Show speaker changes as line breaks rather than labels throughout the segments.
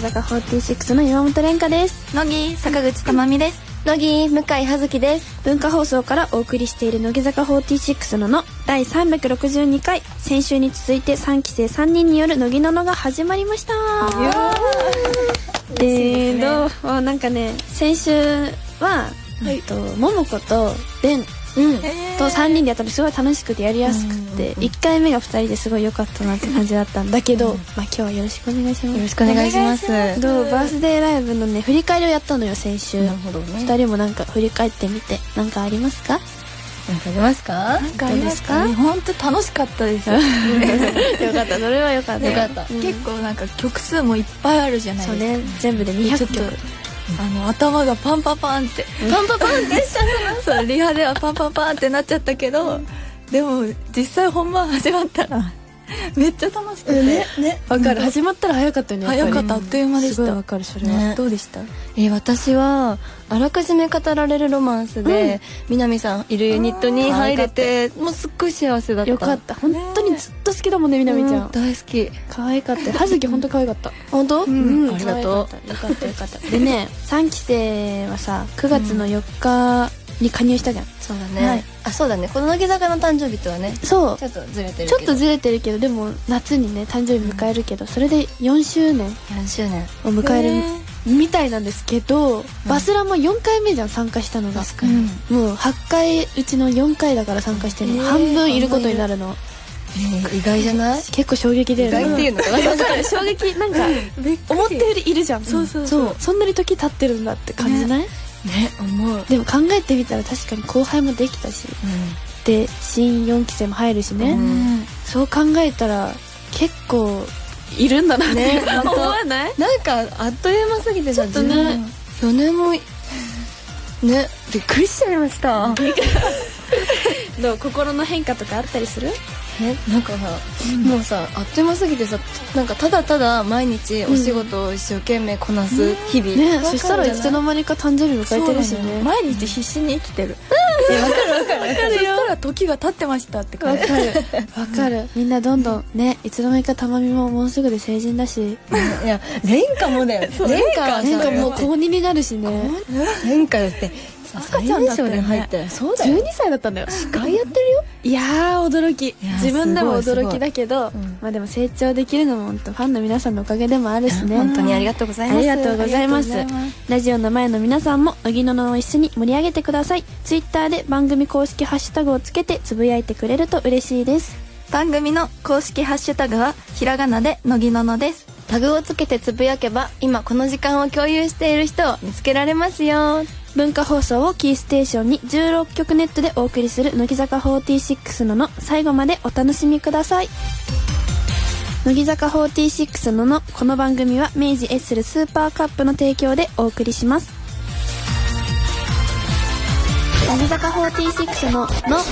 坂46の山本蓮香です
乃木坂口珠美です
乃木向井葉月です
文化放送からお送りしている乃木坂46のの第362回先週に続いて3期生3人による乃木ののが始まりましたでどうなんかね先週は、えっと桃子と蓮
うん
と3人でやったのすごい楽しくてやりやすくて1回目が2人ですごい良かったなって感じだったんだけど、まあ、今日はよろしくお願いします
よろしくお願いします
どうバースデーライブのね振り返りをやったのよ先週
なるほどね
2人もなんか振り返ってみてなんかあり ますか
なんかありますか
なんかありますか
どう
本当楽しかったです
よかったそれはよかった
よかった
うん
結構なんか曲数もいっぱいあるじゃない
そう
です
ね全部で200
かちょっ
曲
とあの頭がパンパパンって
パンパパンでした
そうリハではパンパンパンってなっちゃったけどでも実際本番始まったらめっちゃ楽しくて、
ね
わかる始まったら早かったよねやぱ
早
り
かったあっという間でし
すごい
た
わかるそれは、
ね
どうでした
えー私はあらかじめ語られるロマンスで、南さんいるユニットに入れてもうすっごい幸せだった
よかった本当にずっと好きだもんねみなみちゃ
うん
ん
大好き
可愛かったよ葉月本当可愛かった
本当、
うん
ありがとう
可愛かったよかったよかったでね3期生はさ9月の4日に加入したじゃん、
そうだね、
はい
あそうだねこの乃木坂の誕生日とはね
そう
ちょっとずれてる
ちょっ
けど
とずれてるけどでも夏にね誕生日迎えるけど、それで4周年
4周年
を迎える、みたいなんですけど、バスラも4回目じゃん参加したのが
確かに、
うん
もう8回うちの4回だから参加してるの、
へー
半分いることになるの
えー意外じゃない
結構衝撃だ
意
よね
外っていうのかな、
うんわかる衝撃なんか
びっくり
思ったよりいるじゃん
そうそうそう
そんなに時経ってるんだって感じない、
ね思う、
でも考えてみたら確かに後輩もできたしで新4期生も入るしね、
うん
そう考えたら結構いるんだなって、
ね
思わない
なんかあっという間すぎてさ
とね
4年もいねびっくりしちゃいました
どう心の変化とかあったりする
えなんかさ、もうさあっという間すぎてさなんかただただ毎日お仕事を一生懸命こなす日々、
ね
わかる
そしたらいつの間にか誕生日迎えてるし
そうなの
ね
よ毎日必死に生きてるわかるわかるそしたら時が経ってましたって
わ
感
か
じ
るわかるみんなどんどんねいつの間にかたまみももうすぐで成人だし
いや蓮華もだよ蓮華
な
は
んかもう
さ
高2になるしね
蓮華だってさ
赤
最
ちゃんだ
年
った
少
よね
で入ったよそうだよ
12歳だったんだよ
一回やってるよ
いやー驚き
やー
自分でも
すごいす
驚
ごい
きだけど
ん
まあでも成長できるのも本当ファンの皆さんのおかげでもあるしね
本当にありがとうございます
ありがとうございます
ありがとうございま
ラジオの前の皆さんも乃木ののを一緒に盛り上げてくださいツイッターで番組公式ハッシュタグをつけてつぶやいてくれると嬉しいです
番組の公式ハッシュタグはひらがなで乃木ののです
タグをつけてつぶやけば今この時間を共有している人を見つけられますよ
文化放送をキーステーションに16曲ネットでお送りする乃木坂46のの最後までお楽しみください乃木坂46ののこの番組は明治エッセルスーパーカップの提供でお送りします乃木坂46のの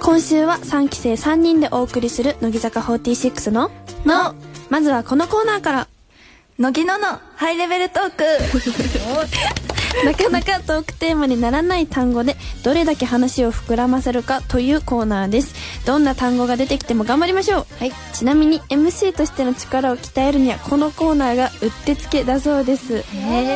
今週は3期生3人でお送りする乃木坂46ののまずはこのコーナーから
乃木ののハイレベルトーク
なかなかトークテーマにならない単語でどれだけ話を膨らませるかというコーナーですどんな単語が出てきても頑張りましょう、はい、ちなみに MC としての力を鍛えるにはこのコーナーがうってつけだそうです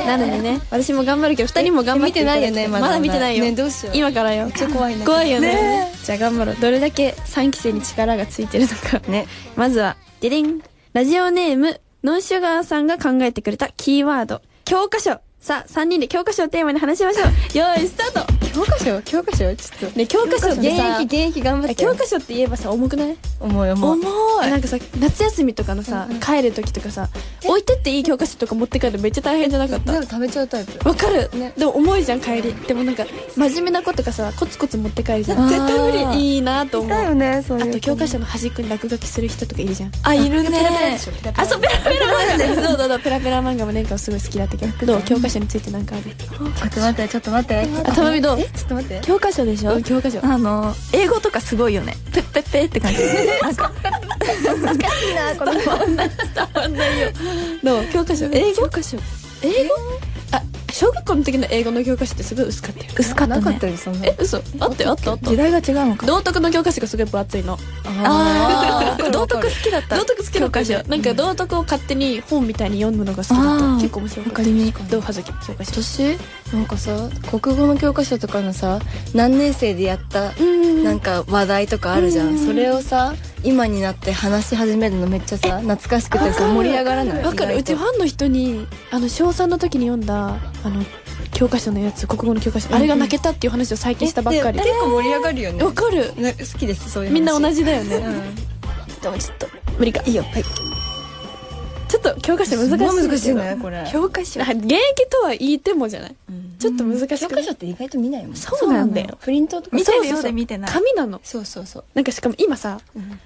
なのでね私も頑張るけど2人も頑張っていただきた
え見てないよねまだ
まだ見てないよ,、
ねどうしよう
今からよめっちゃ怖いね怖いよねじゃあ頑張ろうどれだけ3期生に力がついてるのか
ね
まずは、デデンラジオネーム、ノンシュガーさんが考えてくれたキーワード、教科書さあ、3人で教科書をテーマに話しましょうよーい、スタート
教科書教科書ちょっと
ね、教科書っ
現
てさ
役、現役頑張って
教科書って言えばさ、重くない
重い重い
重い
なんかさ、夏休みとかのさ、帰る時とかさ、置いてっていい教科書とか持って帰るのめっちゃ大変じゃなかった
全部食べちゃうタイプ
わかる、
ね
でも重いじゃん、帰り。でもなんか、真面目な子とかさ、コツコツ持って帰るじゃん。
あー
絶対無理いいなと思う。あ
ねそう
と、教科書の端っこに落書きする人とかいるじゃん。
あいるね
あ、そう、ペラペラ漫画。そうそうそう、ペラペラ漫画も年間すごい好きだったけど、どう教科書についてなんかある
ちょっと待ってちょっと待って
あ、たまみどう
えちょっと待って
教科書でしょ教科書。
あの英語とかすごいよねペッペッペって感じなんか
どう教科書。英語教科書。英語あ、小学校の時の英語の教科書ってすごい薄かったよ。
薄かった
なかっ
ね
たよそん な
え、嘘あったよ、あったあった
時。代が違うの か
道徳の教科書がすごい分厚いの。
あ
あー道徳
徳好きだった
道徳好きだ
教
った
科書なんか道徳を勝手に本みたいに読むのが好きだった
あー
結構面白かった
わかりみ
どうはずき教科書
私なんかさ国語の教科書とかのさ何年生でやった
うん
なんか話題とかあるじゃ
うん
んそれをさ今になって話し始めるのめっちゃさ懐かしくてさ盛り上がらない
わかるう
意
ち
外
フ
と
ァンの人にあの小3の時に読んだあの教科書のやつ国語の教科書あれが泣けたっていう話を最近したばっかり
えで結構盛り上がるよね
わかる
な好きですそういう話
みんな同じだよ
う
ね
ん
でもちょっと無理か
いいよはい
ちょっと教科書難しい
すごい難しいねこれ
教科書はい現役とは言ってもじゃないちょっと難しくない
教科書って意外と見ないもん
そうなんだよ
プリントとか
見
そ
て
う
る
そう
よ
そう
うで見てない
紙なの
そうそうそう
なんかしかも今さ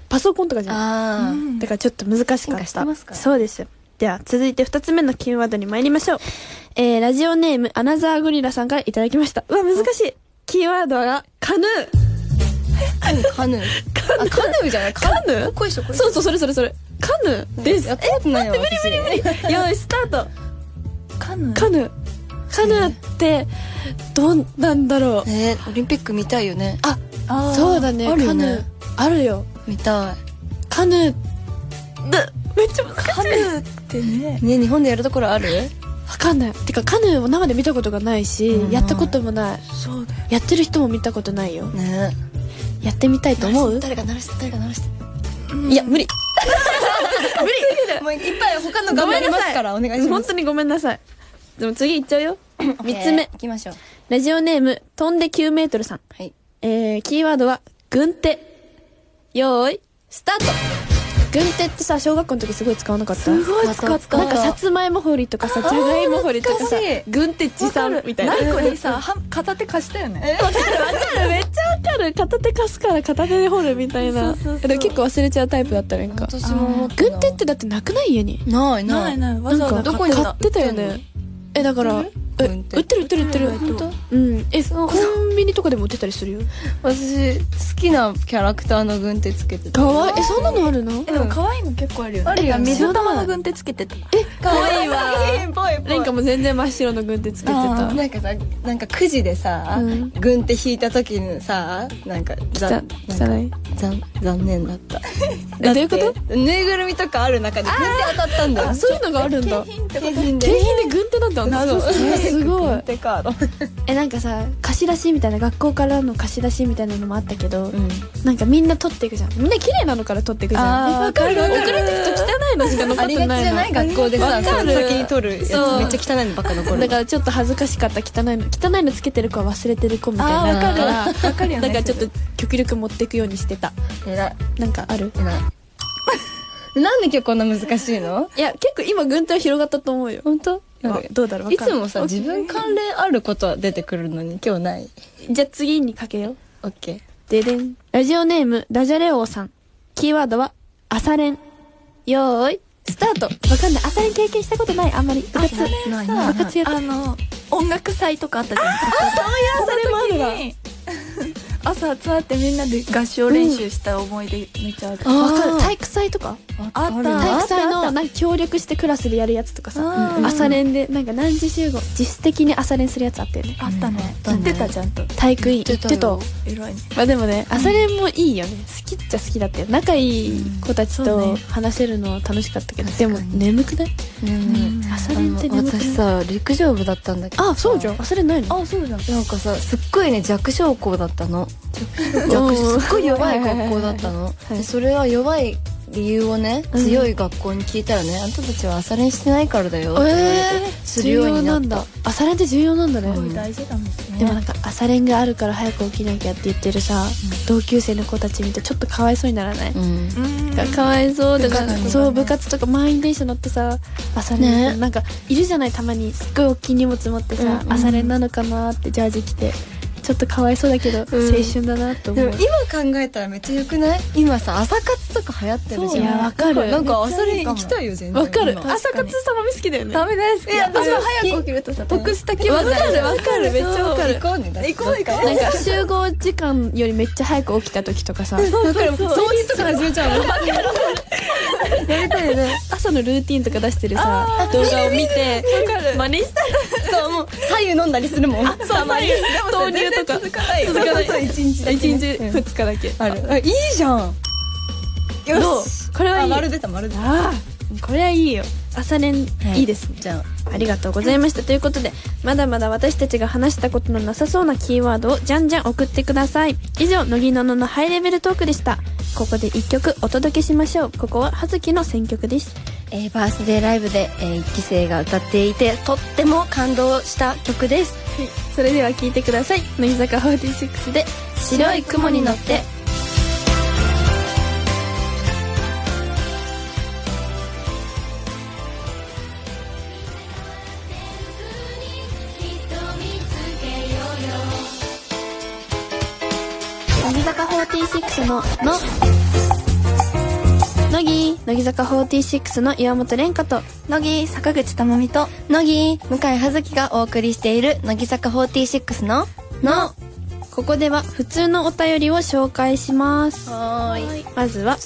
パソコンとかじゃない
ああ
だからちょっと難しか
進
っ。
化したてますから
そうです。では、続いて二つ目のキーワードに参りましょう。えー、ラジオネーム、アナザーゴリラさんからいただきました。うわ、難しい。キーワードが、カヌー。
カヌーあカヌーじゃないカ
カヌー
こいしょこいし
そ
ょ
うそう、それそれそれ。カヌーです。
やったことないわ私
えよーい、スタート。
カヌー
カヌー。カヌーって、どんなんだろう。
えーオリンピック見たいよね
あ、
あー
そうだね、
あ
カ
るよ
ヌ
ね
ー。あるよ。
見たい
カヌー。だめっちゃ難しい。
カヌーってね
ね日本でやるところある
わかんない。てか、カヌーを生で見たことがないし、
うん
やったこともない。
そうだよ
やってる人も見たことないよ。
ね
やってみたいと思う
誰か鳴らして誰か鳴らして
いや無理
もういっぱい他の
ご
頑
め
張
んなさい
りますからお願いしま
本
す
当にごめんなさいでも次いっちゃうよ3つ目
行きましょう
ラジオネーム飛んで9メートルさん
はい
えー、キーワードは軍手よーいスタート軍手ってさ小学校の時すごい使わなかった
すごい使っ
使う
なん
た
かさつまいも掘りとかさじゃがいも掘りとかさ
懐かしい
軍手持参みたいな
何個にさは片手貸したよね
めっちゃわかる片手貸すから片手で掘るみたいな
そうそうそう
でも結構忘れちゃうタイプだったらなんか
私も思ったな
軍手ってだってなくない家に
ないな
ないいないわざわざ
なんか
どこに
買ってたよ
売って
ね
んの
えだからえ
軍手
売ってる売ってる売ってる
売ってる
本当うんえコンビニとかでも売ってたりするよ
私好きなキャラクターの軍手つけてた
かわいいえそんなのあるの
えでも可愛いの結構あるよね
あるよね
え水玉の軍手つけてたえ
かわいいわぽいぽい
レンカも全然真っ白の軍手つけて
あ
た
なんかさなんかくじでさ、
うん
軍手引いた時にさなんか
汚
ざ
汚い
残残念だった
えどういうこと
とぬいぐるみとかある中で軍手当たったんだよ
あそういうのがあるんだ
品っ
景
て
品
景品で軍手なんてあんだ
謎
えす ごい
軍手カード
えなんかさ貸し出しみたいな学校からの貸し出しみたいなのもあったけど
うん
なんかみんな取っていくじゃんみんな綺麗なのから取っていくじゃん
あー
えわかる
わかる
送られてくと汚いのしか残
あ
って
りが
な
ち
い
じゃ
の
ない学校でさ
わかる
その先に取るやつ
そう
めっちゃ汚いのばっか残る
だからちょっと恥ずかしかった汚いの汚いのつけてる子は忘れてる子みたいな
あーわかる
だら
わかるよね
だからちょっと極力持っていくようにしてた
えらい
なんかある
えらいなんで今日こんな難しいの
いや結構今軍隊広がったと思うよ
本当
あどうだろうわ
い
かん
つ
ない
もさ自分関連あることは出てくるのに今日ない
じゃあ次にかけよう
OK
ででんラジオネームダジャレ王さんキーワードは朝練よーいスタートわかんない朝練経験したことないあんまり部活部
ない
活やった
あの音楽祭とかあったじゃんそう
あ
いう 朝集まってみんなで合唱練習した思い出めっちゃある、
あ
わか
あ
る
ー
体育祭とか
あっ
あ
体
た
育祭のなんか協力してクラスでやるやつとかさ
あー
朝練でなんか何時集合自主的に朝練するやつあったよね
あったね
あった
言
ね
ってたちゃんと
体育委員行
言
っ
って
て
た
た
よ
偉いね
まあでもね朝練もいいよね好きっちゃ好きだったよ仲いい子たち
そう
と
ね
話せるのは楽しかったけど、
確
で
かに
も眠くない
ね
うん
朝
え
練って
あの
眠くない
私さ陸上部だったんだけど
あそうじゃん朝練ないの
あそうじゃん
なんかさすっごいね弱小校だったの弱
うん
小すっごい弱い 学校だったの
い
でそれは弱い理由をね
うん
強い学校に聞いたらね、あんたたちは朝練してないからだよって言われて、する
重
よう
要
に
な
なった
んだ朝練って重要なんだね、
すごい大事だもんね
でもなんか朝練があるから早く起きなきゃって言ってるさ、同級生の子たち見てちょっとかわいそうにならない、
うん
うん
かわいそうだから
部活とかね
そう部活とか満員電車乗ってさ朝練、
ね
なんかいるじゃないたまにすっごい大きい荷物持ってさ、
うんうん
朝練なのかなってジャージ着てちょっとかわいそうだけど、
うん
青春だなと思
で
う
も今考えたらめっちゃ良くない今さ朝活とか流行ってる
そう
じゃん
いやわかる
なんか
めっち
朝
ゃい
練
いか
行
も
きたいよ全然
わかる
今
朝活さまみ好きだよね
ダメです
いや
朝
私も
早く起きるとさ得した
気
気
分
分
に
に
な
な
る
るわかるめっちゃわかる
そう行こうねだって
行こう行こ
なんか集合時間よりめっちゃ早く起きた時とかさ
わかる掃除とか始めちゃうのやりたいよね
朝のルーティンとか出してるさ動画を見て真似した
そうもう左右飲んだりするもん
そう豆乳とか
続かない
続かない
一日だ
1
けね
日2日だけ
あるあいいじゃん
どう
し
これはい
あ
い
丸出た丸出た
ああこれはいいよ朝練
はい
いいですね、
じゃあ
ありがとうございましたということでまだまだ私たちが話したことのなさそうなキーワードをじゃんじゃん送ってください以上乃木のののハイレベルトークでしたここで一曲お届けしましょうここは葉月の選曲です
えーバースデーライブで、えー一期生が歌っていてとっても感動した曲です
それでは聴いてください乃木坂46で「白い雲に乗って」乃木坂46の「の」乃木乃木坂46の岩本蓮香と
乃木坂口智美と乃木向井葉月がお送りしている乃木坂46の「の
ここでは普通のお便りを紹介します」
はーい
まずは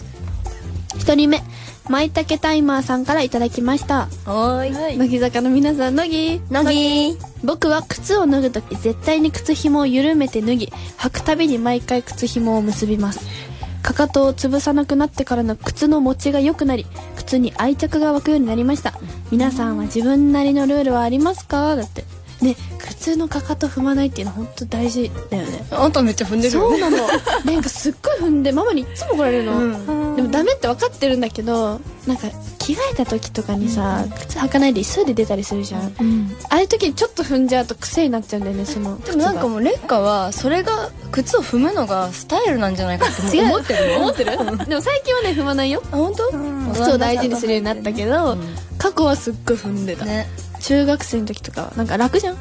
1人目まいたけタイマーさんからいただきました
はーい
はい
乃木坂の皆さん乃木
乃木
僕は靴を脱ぐ時絶対に靴紐を緩めて脱ぎ履くたびに毎回靴紐を結びますかかとを潰さなくなってからの靴の持ちが良くなり靴に愛着が湧くようになりました皆さんは自分なりのルールはありますかだってね靴のかかと踏まないっていうの本当大事だよね
あんためっちゃ踏んで
そうなのなんかすっごい踏んでママにいっつも怒られるの、
うん
でもダメって分かってるんだけどなんか着替えた時とかにさ、靴履かないで急いで出たりするじゃん、ああいう時にちょっと踏んじゃうと癖になっちゃうんだよねその
でもなんか
う
もう劣化はそれが靴を踏むのがスタイルなんじゃないかって
違う
思ってるの
思ってるでも最近はね踏まないよ
あ本当、
ん
靴を大事にするようになったけど、
ん
過去はすっごい踏んでた、
ね
中学生の時とかはなんか楽じゃん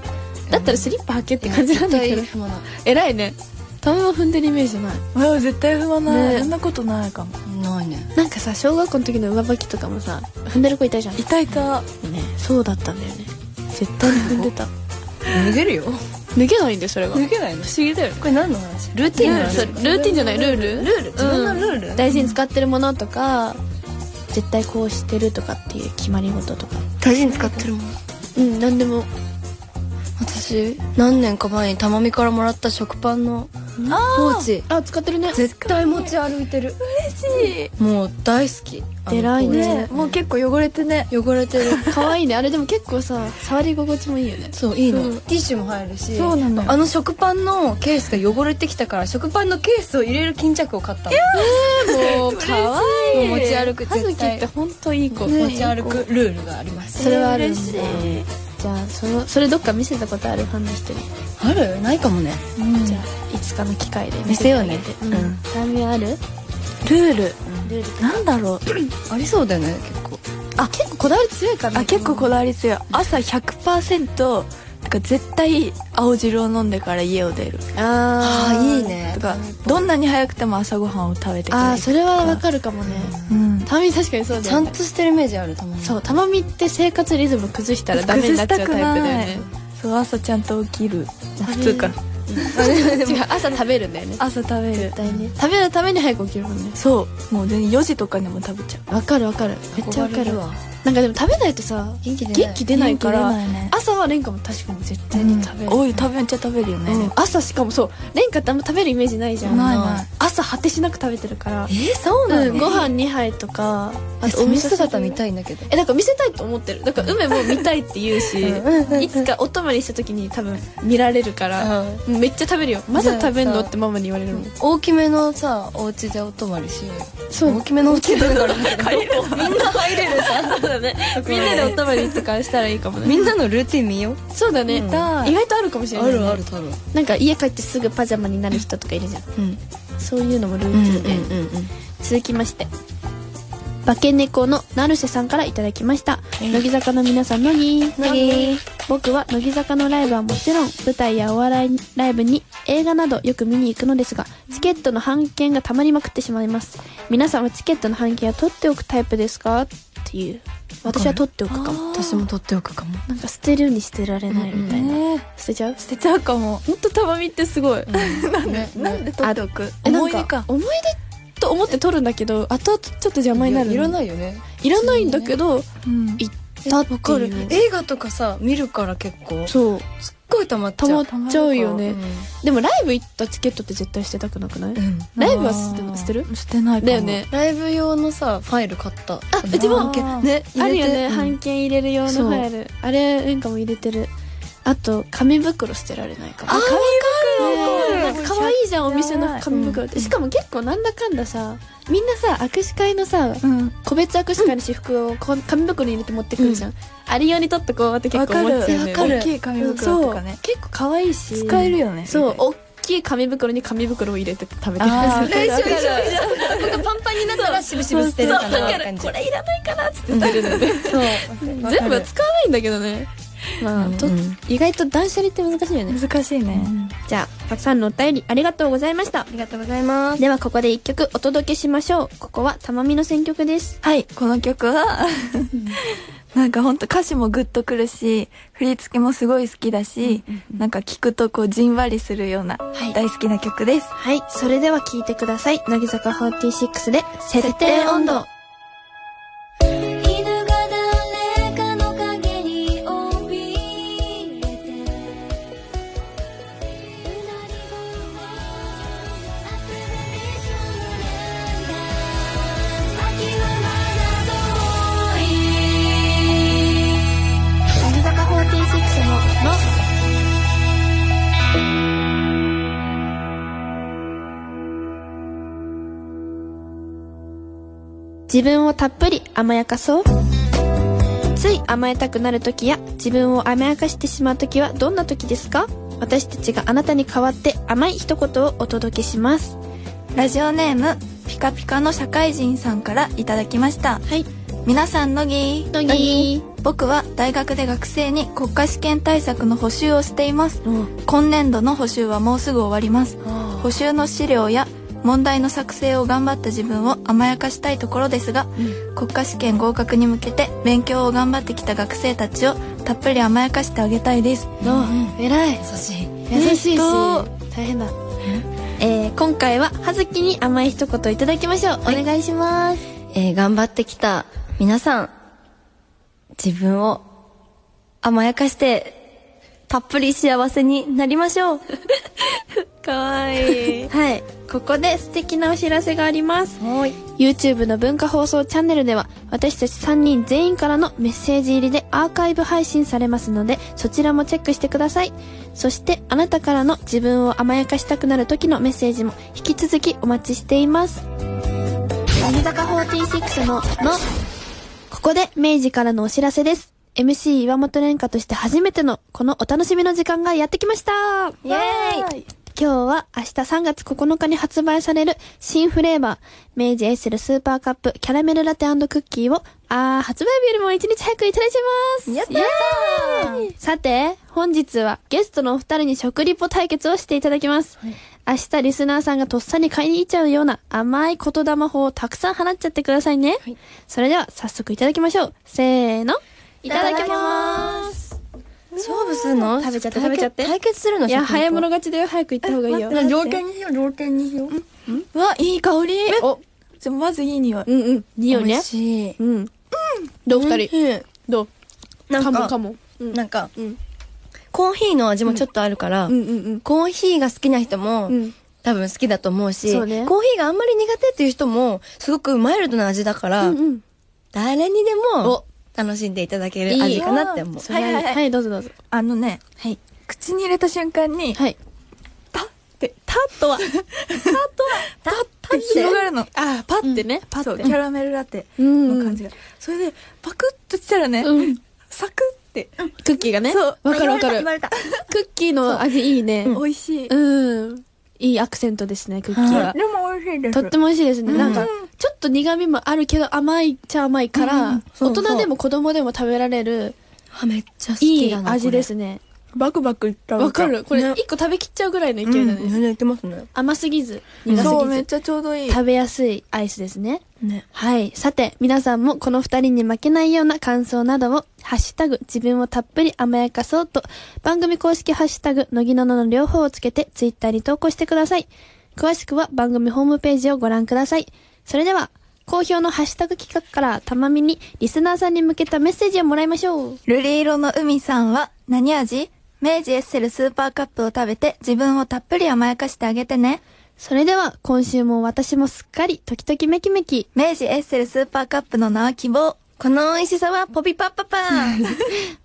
だったらスリッパ履けって感じなんだけど、
絶対踏まない
偉いねたまも踏んでるイメージない
前は絶対踏まない、
ね
そんなことないかも
ないね
なんかさ小学校の時の上履きとかもさ踏んでる子いたじゃん
いたいた
ねそうだったんだよね絶対に踏んでた
脱げるよ
脱げないんでそれが不
抜けないの
思議だよね
これ何の話ルーティンの話
ルーティンじゃないルールルール
自分のルール、
大事に使ってるものとか絶対こうしてるとかっていう決まり事とか
大事に使ってるもん
うん何でも
私何年か前にたまみからもらった食パンのポーチ
あ使ってるね
絶対持ち歩いてる嬉しいもう大好きあの
偉いね
ねもう結構汚れてね
ポーチ汚れてる
可愛いねあれでも結構さ触り心地もいいよね
そういいの、
うん
ティッシュも入るし
そうなのよ
あの食パンのケースが汚れてきたから食パンのケースを入れる巾着を買ったの
もう可
愛い
持ち歩く
絶対
絶対って本当いい子
持ち歩くルールがあります
それはあるんだ
嬉しい
じゃあそのそれどっか見せたことあるファンの人に
あるないかもね
じゃあいつかの機会で
見せよう
う
ね
ん悩みある
ルール
ルール
なんだろう
ありそうだよね結構
あ結構こだわり強いかな
あ結構こ
だ
だわり強い朝100%なんか絶対青汁を飲んでから家を出る
あ
あ
ー
ーいいね
とかどんなに早くても朝ごはんを食べてから
あ
行
ー
く
それはわかるかもね
うん
たまに確かにそうだ
ちゃ
よ
ん
ね
としてるイメージあるたまに
そうたまみって生活リズム崩したらダメになっちゃうタイプだよね
そう朝ちゃんと起きる普通か
違う朝食べるんだよね
朝食べる
絶対ね食べるために早く起きるもんね
そうもう全然4時とかにも食べちゃう
わかるわかるめっちゃわかるなんかでも食べないとさ
元気出ない
元気出ないから
元気出ないね
朝は蓮華も確かに絶対に食べる
おい食べめっちゃ食べるよね、
うん朝しかもそう蓮華ってあんま食べるイメージないじゃん
ないない
朝果てしなく食べてるから
えーそうなの、
うんご飯2杯とか
あとお店姿見
い
たいんだけど
えだから見せたいと思ってるだから梅も見たいって言うしいつかお泊まりした時に多分見られるから、めっちゃ食べるよまだ食べんのってママに言われるもん
大きめのさお家でお泊まりしようよ
そう
大きめのお家だから
みんな入れるさそうだね みんなでお泊まりとかしたらいいかもね
みんなのルーティン見よう
そうだね、
うん
意外とあるかもしれない、ね、
多分
なんか家帰ってすぐパジャマになる人とかいるじゃん
うん
そういうのもルー
うん
ティンで、
うんうん
続きまして化け猫のナルシェさんからいただきました乃木坂の皆さんのに
乃木
僕は乃木坂のライブはもちろん舞台やお笑いライブに映画などよく見に行くのですがチケットの半券がたまりまくってしまいます皆さんはチケットの半券は取っておくタイプですかっていう私は取っておくかも
私も取っておくかも
なんか捨てるに捨てられないみたいな、
ね
捨てちゃう
捨てちゃうかも
ほんとたまみってすごい、
なんで
なんで取っておく
えなん
思い出か
思い出と思って取るんだけど後々ちょっと邪魔になる
いら
い
ないよね
いらないんだけど、
うん
行ったっていう
映画とかさ見るから結構
そう
ごい溜まっち
溜
ゃ
ま
う
っちゃうよね
うん
でもライブ行ったチケットって絶対してたくなくない、
うん
ライブはしてなしてる
してないかも
だよね
ライブ用のさファイル買ったあ
うちも
ね
あ
入
るよ
れ
ね、
て
半券入れる用の
そう
ファイルあれなんかも入れてるあと紙袋捨てられないかも
あ
ね
ー
な
わ
ん
かる
か可愛いじゃんお店の紙袋って、しかも結構なんだかんださみんなさ握手会のさ
うん
個別握手会の私服をこう紙袋に入れて持ってくるじゃん、ありようにとってこうって結構思っちゃうよね
わかる
大きい紙袋
そ
と
う
かね
結構可愛いし
使えるよね
そう大きい紙袋に紙袋を入れて食べてる
あー
練習
わかる
パンパンになったらしぶしぶ 捨てるかなって感じ
これいらないかなっつって
そう 全部は使わないんだけどねまあ、
うん
と意外と断捨離って難しいよね
難しいね
じゃあたくさんのお便りありがとうございました
ありがとうございます
ではここで一曲お届けしましょうここはたまみの選曲です
はいこの曲は なんかほんと歌詞もグッとくるし振り付けもすごい好きだし、なんか聞くとこうじんわりするような
はい
大好きな曲です、
はいそれでは聴いてください乃木坂46で「設定温度」
「犬が誰かの影に怯えて」「うなり声があふれてしまうんだ」「秋はまだ遠い」
乃木坂46の「の」自分をたっぷり甘やかそうつい甘えたくなる時や自分を甘やかしてしまう時はどんな時ですか私たちがあなたに代わって甘い一言をお届けします
ラジオネームピカピカの社会人さんからいただきました
はい
皆さん乃木
乃木
僕は大学で学生に国家試験対策の補習をしています
うん
今年度の補習はもうすぐ終わります補習の資料や問題の作成を頑張った自分を甘やかしたいところですが、国家試験合格に向けて勉強を頑張ってきた学生たちをたっぷり甘やかしてあげたいです
の、偉い
優しい
優しいし
人
大変だえー、今回は葉月に甘い一言いただきましょう、お願いします
えー頑張ってきた皆さん、自分を甘やかして、たっぷり幸せになりましょう。
かわいい はいここで素敵なお知らせがあります
はい。
YouTube の文化放送チャンネルでは私たち3人全員からのメッセージ入りでアーカイブ配信されますのでそちらもチェックしてくださいそしてあなたからの自分を甘やかしたくなる時のメッセージも引き続きお待ちしています乃木坂46の「の」ここで明治からのお知らせです MC 岩本蓮香として初めてのこのお楽しみの時間がやってきました
イェーイ
今日は明日3月9日に発売される新フレーバー、明治エッセルスーパーカップキャラメルラテクッキーを、あー、発売日よりも1日早くいただいちゃいます
やったー
イエーイさて、本日はゲストのお二人に食リポ対決をしていただきます。明日リスナーさんがとっさに買いに行っちゃうような甘い言霊法をたくさん放っちゃってくださいね。それでは早速いただきましょう。せーの。いただきます。
勝負するの
食べちゃって食べちゃって
対決するの
いや、早物勝ちだよ。早く行った方がいいよ。
条件にしよう、条件にしよう。
うわいい香り
お、
じゃあまずいい匂い
うんうん。いいよ
美
ね
味。しい。
うん。どう二人。
人。
どう
なん
かも
か、
かも。うん
なんか、
うん
コーヒーの味もちょっとあるから、
うんうん
コーヒーが好きな人も、
うん。
多分好きだと思うし
そうね
コーヒーがあんまり苦手っていう人も、すごくマイルドな味だから、
うんうん。
誰にでも
お
楽しんでいただける味かなって思う。
それはいい
はいはいはい
はい、どうぞどうぞ。
あのね
はい。
口に入れた瞬間に
はい。
パッてタッとはタッとはタッって広がるの
ああ、パってね。パ
そうキャラメルラテ
うん
の感じがそれでパクッとしたらね
うん
サクッて
クッキーがね。
そう
わかるわかる
言。われた。
クッキーの味いいね。
美味しい
うん。いいアクセントですね、クッキー
は
は。
でも美味しいです
とっても美味しいですね。なんか、ちょっと苦味もあるけど甘いっちゃ甘いから、
そう
大
そう
人でも子供でも食べられる、
あめっちゃ好
い
き
い
だな。。
味ですすね。
バクバクいった
わかるこれ、
ね
一個食べきっちゃうぐらいの
う
勢いだ
ん、
ね。
言ってますね。
甘すぎず、
うん
苦す
そうめ
ぎ
っ
ず。
ちゃちょうどいい
食べやすいアイスですね。
ね。
はい。さて、皆さんもこの二人に負けないような感想などを、ハッシュタグ、自分をたっぷり甘やかそうと、番組公式ハッシュタグ、のぎののの両方をつけて、ツイッターに投稿してください。詳しくは番組ホームページをご覧ください。それでは、好評のハッシュタグ企画から、たまみに、リスナーさんに向けたメッセージをもらいましょう。
瑠璃色の海さんは何味明治エッセルスーパーカップを食べて自分をたっぷり甘やかしてあげてね。
それでは、今週も私もすっかり、ときときめきめき。
明治エッセルスーパーカップの名は希望。この美味しさはポピパッパパ ー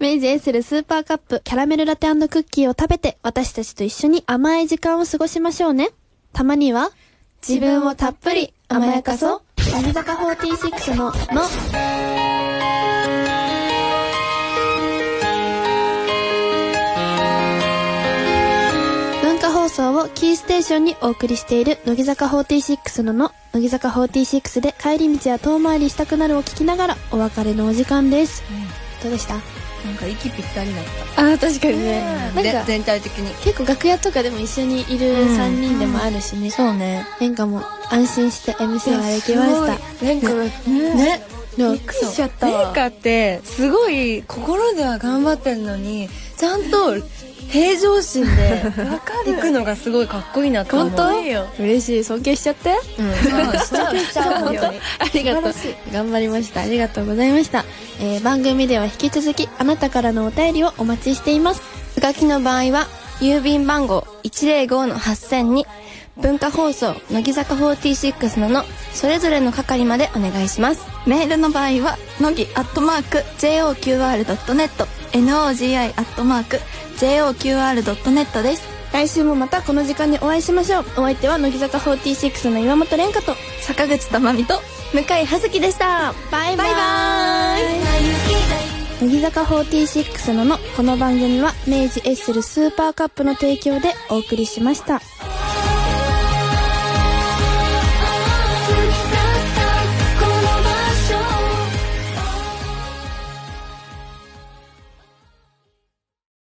明治エッセルスーパーカップキャラメルラテクッキーを食べて私たちと一緒に甘い時間を過ごしましょうね。たまには自分をたっぷり甘やかそう。乃木坂46のの。文化放送をキーステーションにお送りしている乃木坂46のの乃木坂46で帰り道や遠回りしたくなるを聞きながらお別れのお時間です。どうでした
なんか息ぴったりだっ
ああ確かに
た。で全体的に。
結構楽屋とかでも一緒にいる3人でもあるしね、
そうね。
なんかもう安心して MC ができました
なんかね。
でも
しちゃったわ。かって、すごい心では頑張ってるのに、ちゃんと平常心で、行くのがすごいかっこいいなと思う。
嬉しい尊敬しちゃって
うん、そうしちゃう。しちゃうよね。
ありがとう頑張りましたありがとうございました、えー番組では引き続きあなたからのお便りをお待ちしています
うがきの場合は、郵便番号105-8000に、文化放送、乃木坂46のの、それぞれの係までお願いします。
メールの場合は、のぎアットマーク JOQR.net、NOGI アットマーク JOQR.net です。
来週もまたこの時間にお会いしましょうお相手は乃木坂46の岩本蓮香と
坂口珠美と、
向井葉月でした。
バイバイ乃木坂46ののこの番組は明治エッセルスーパーカップの提供でお送りしました。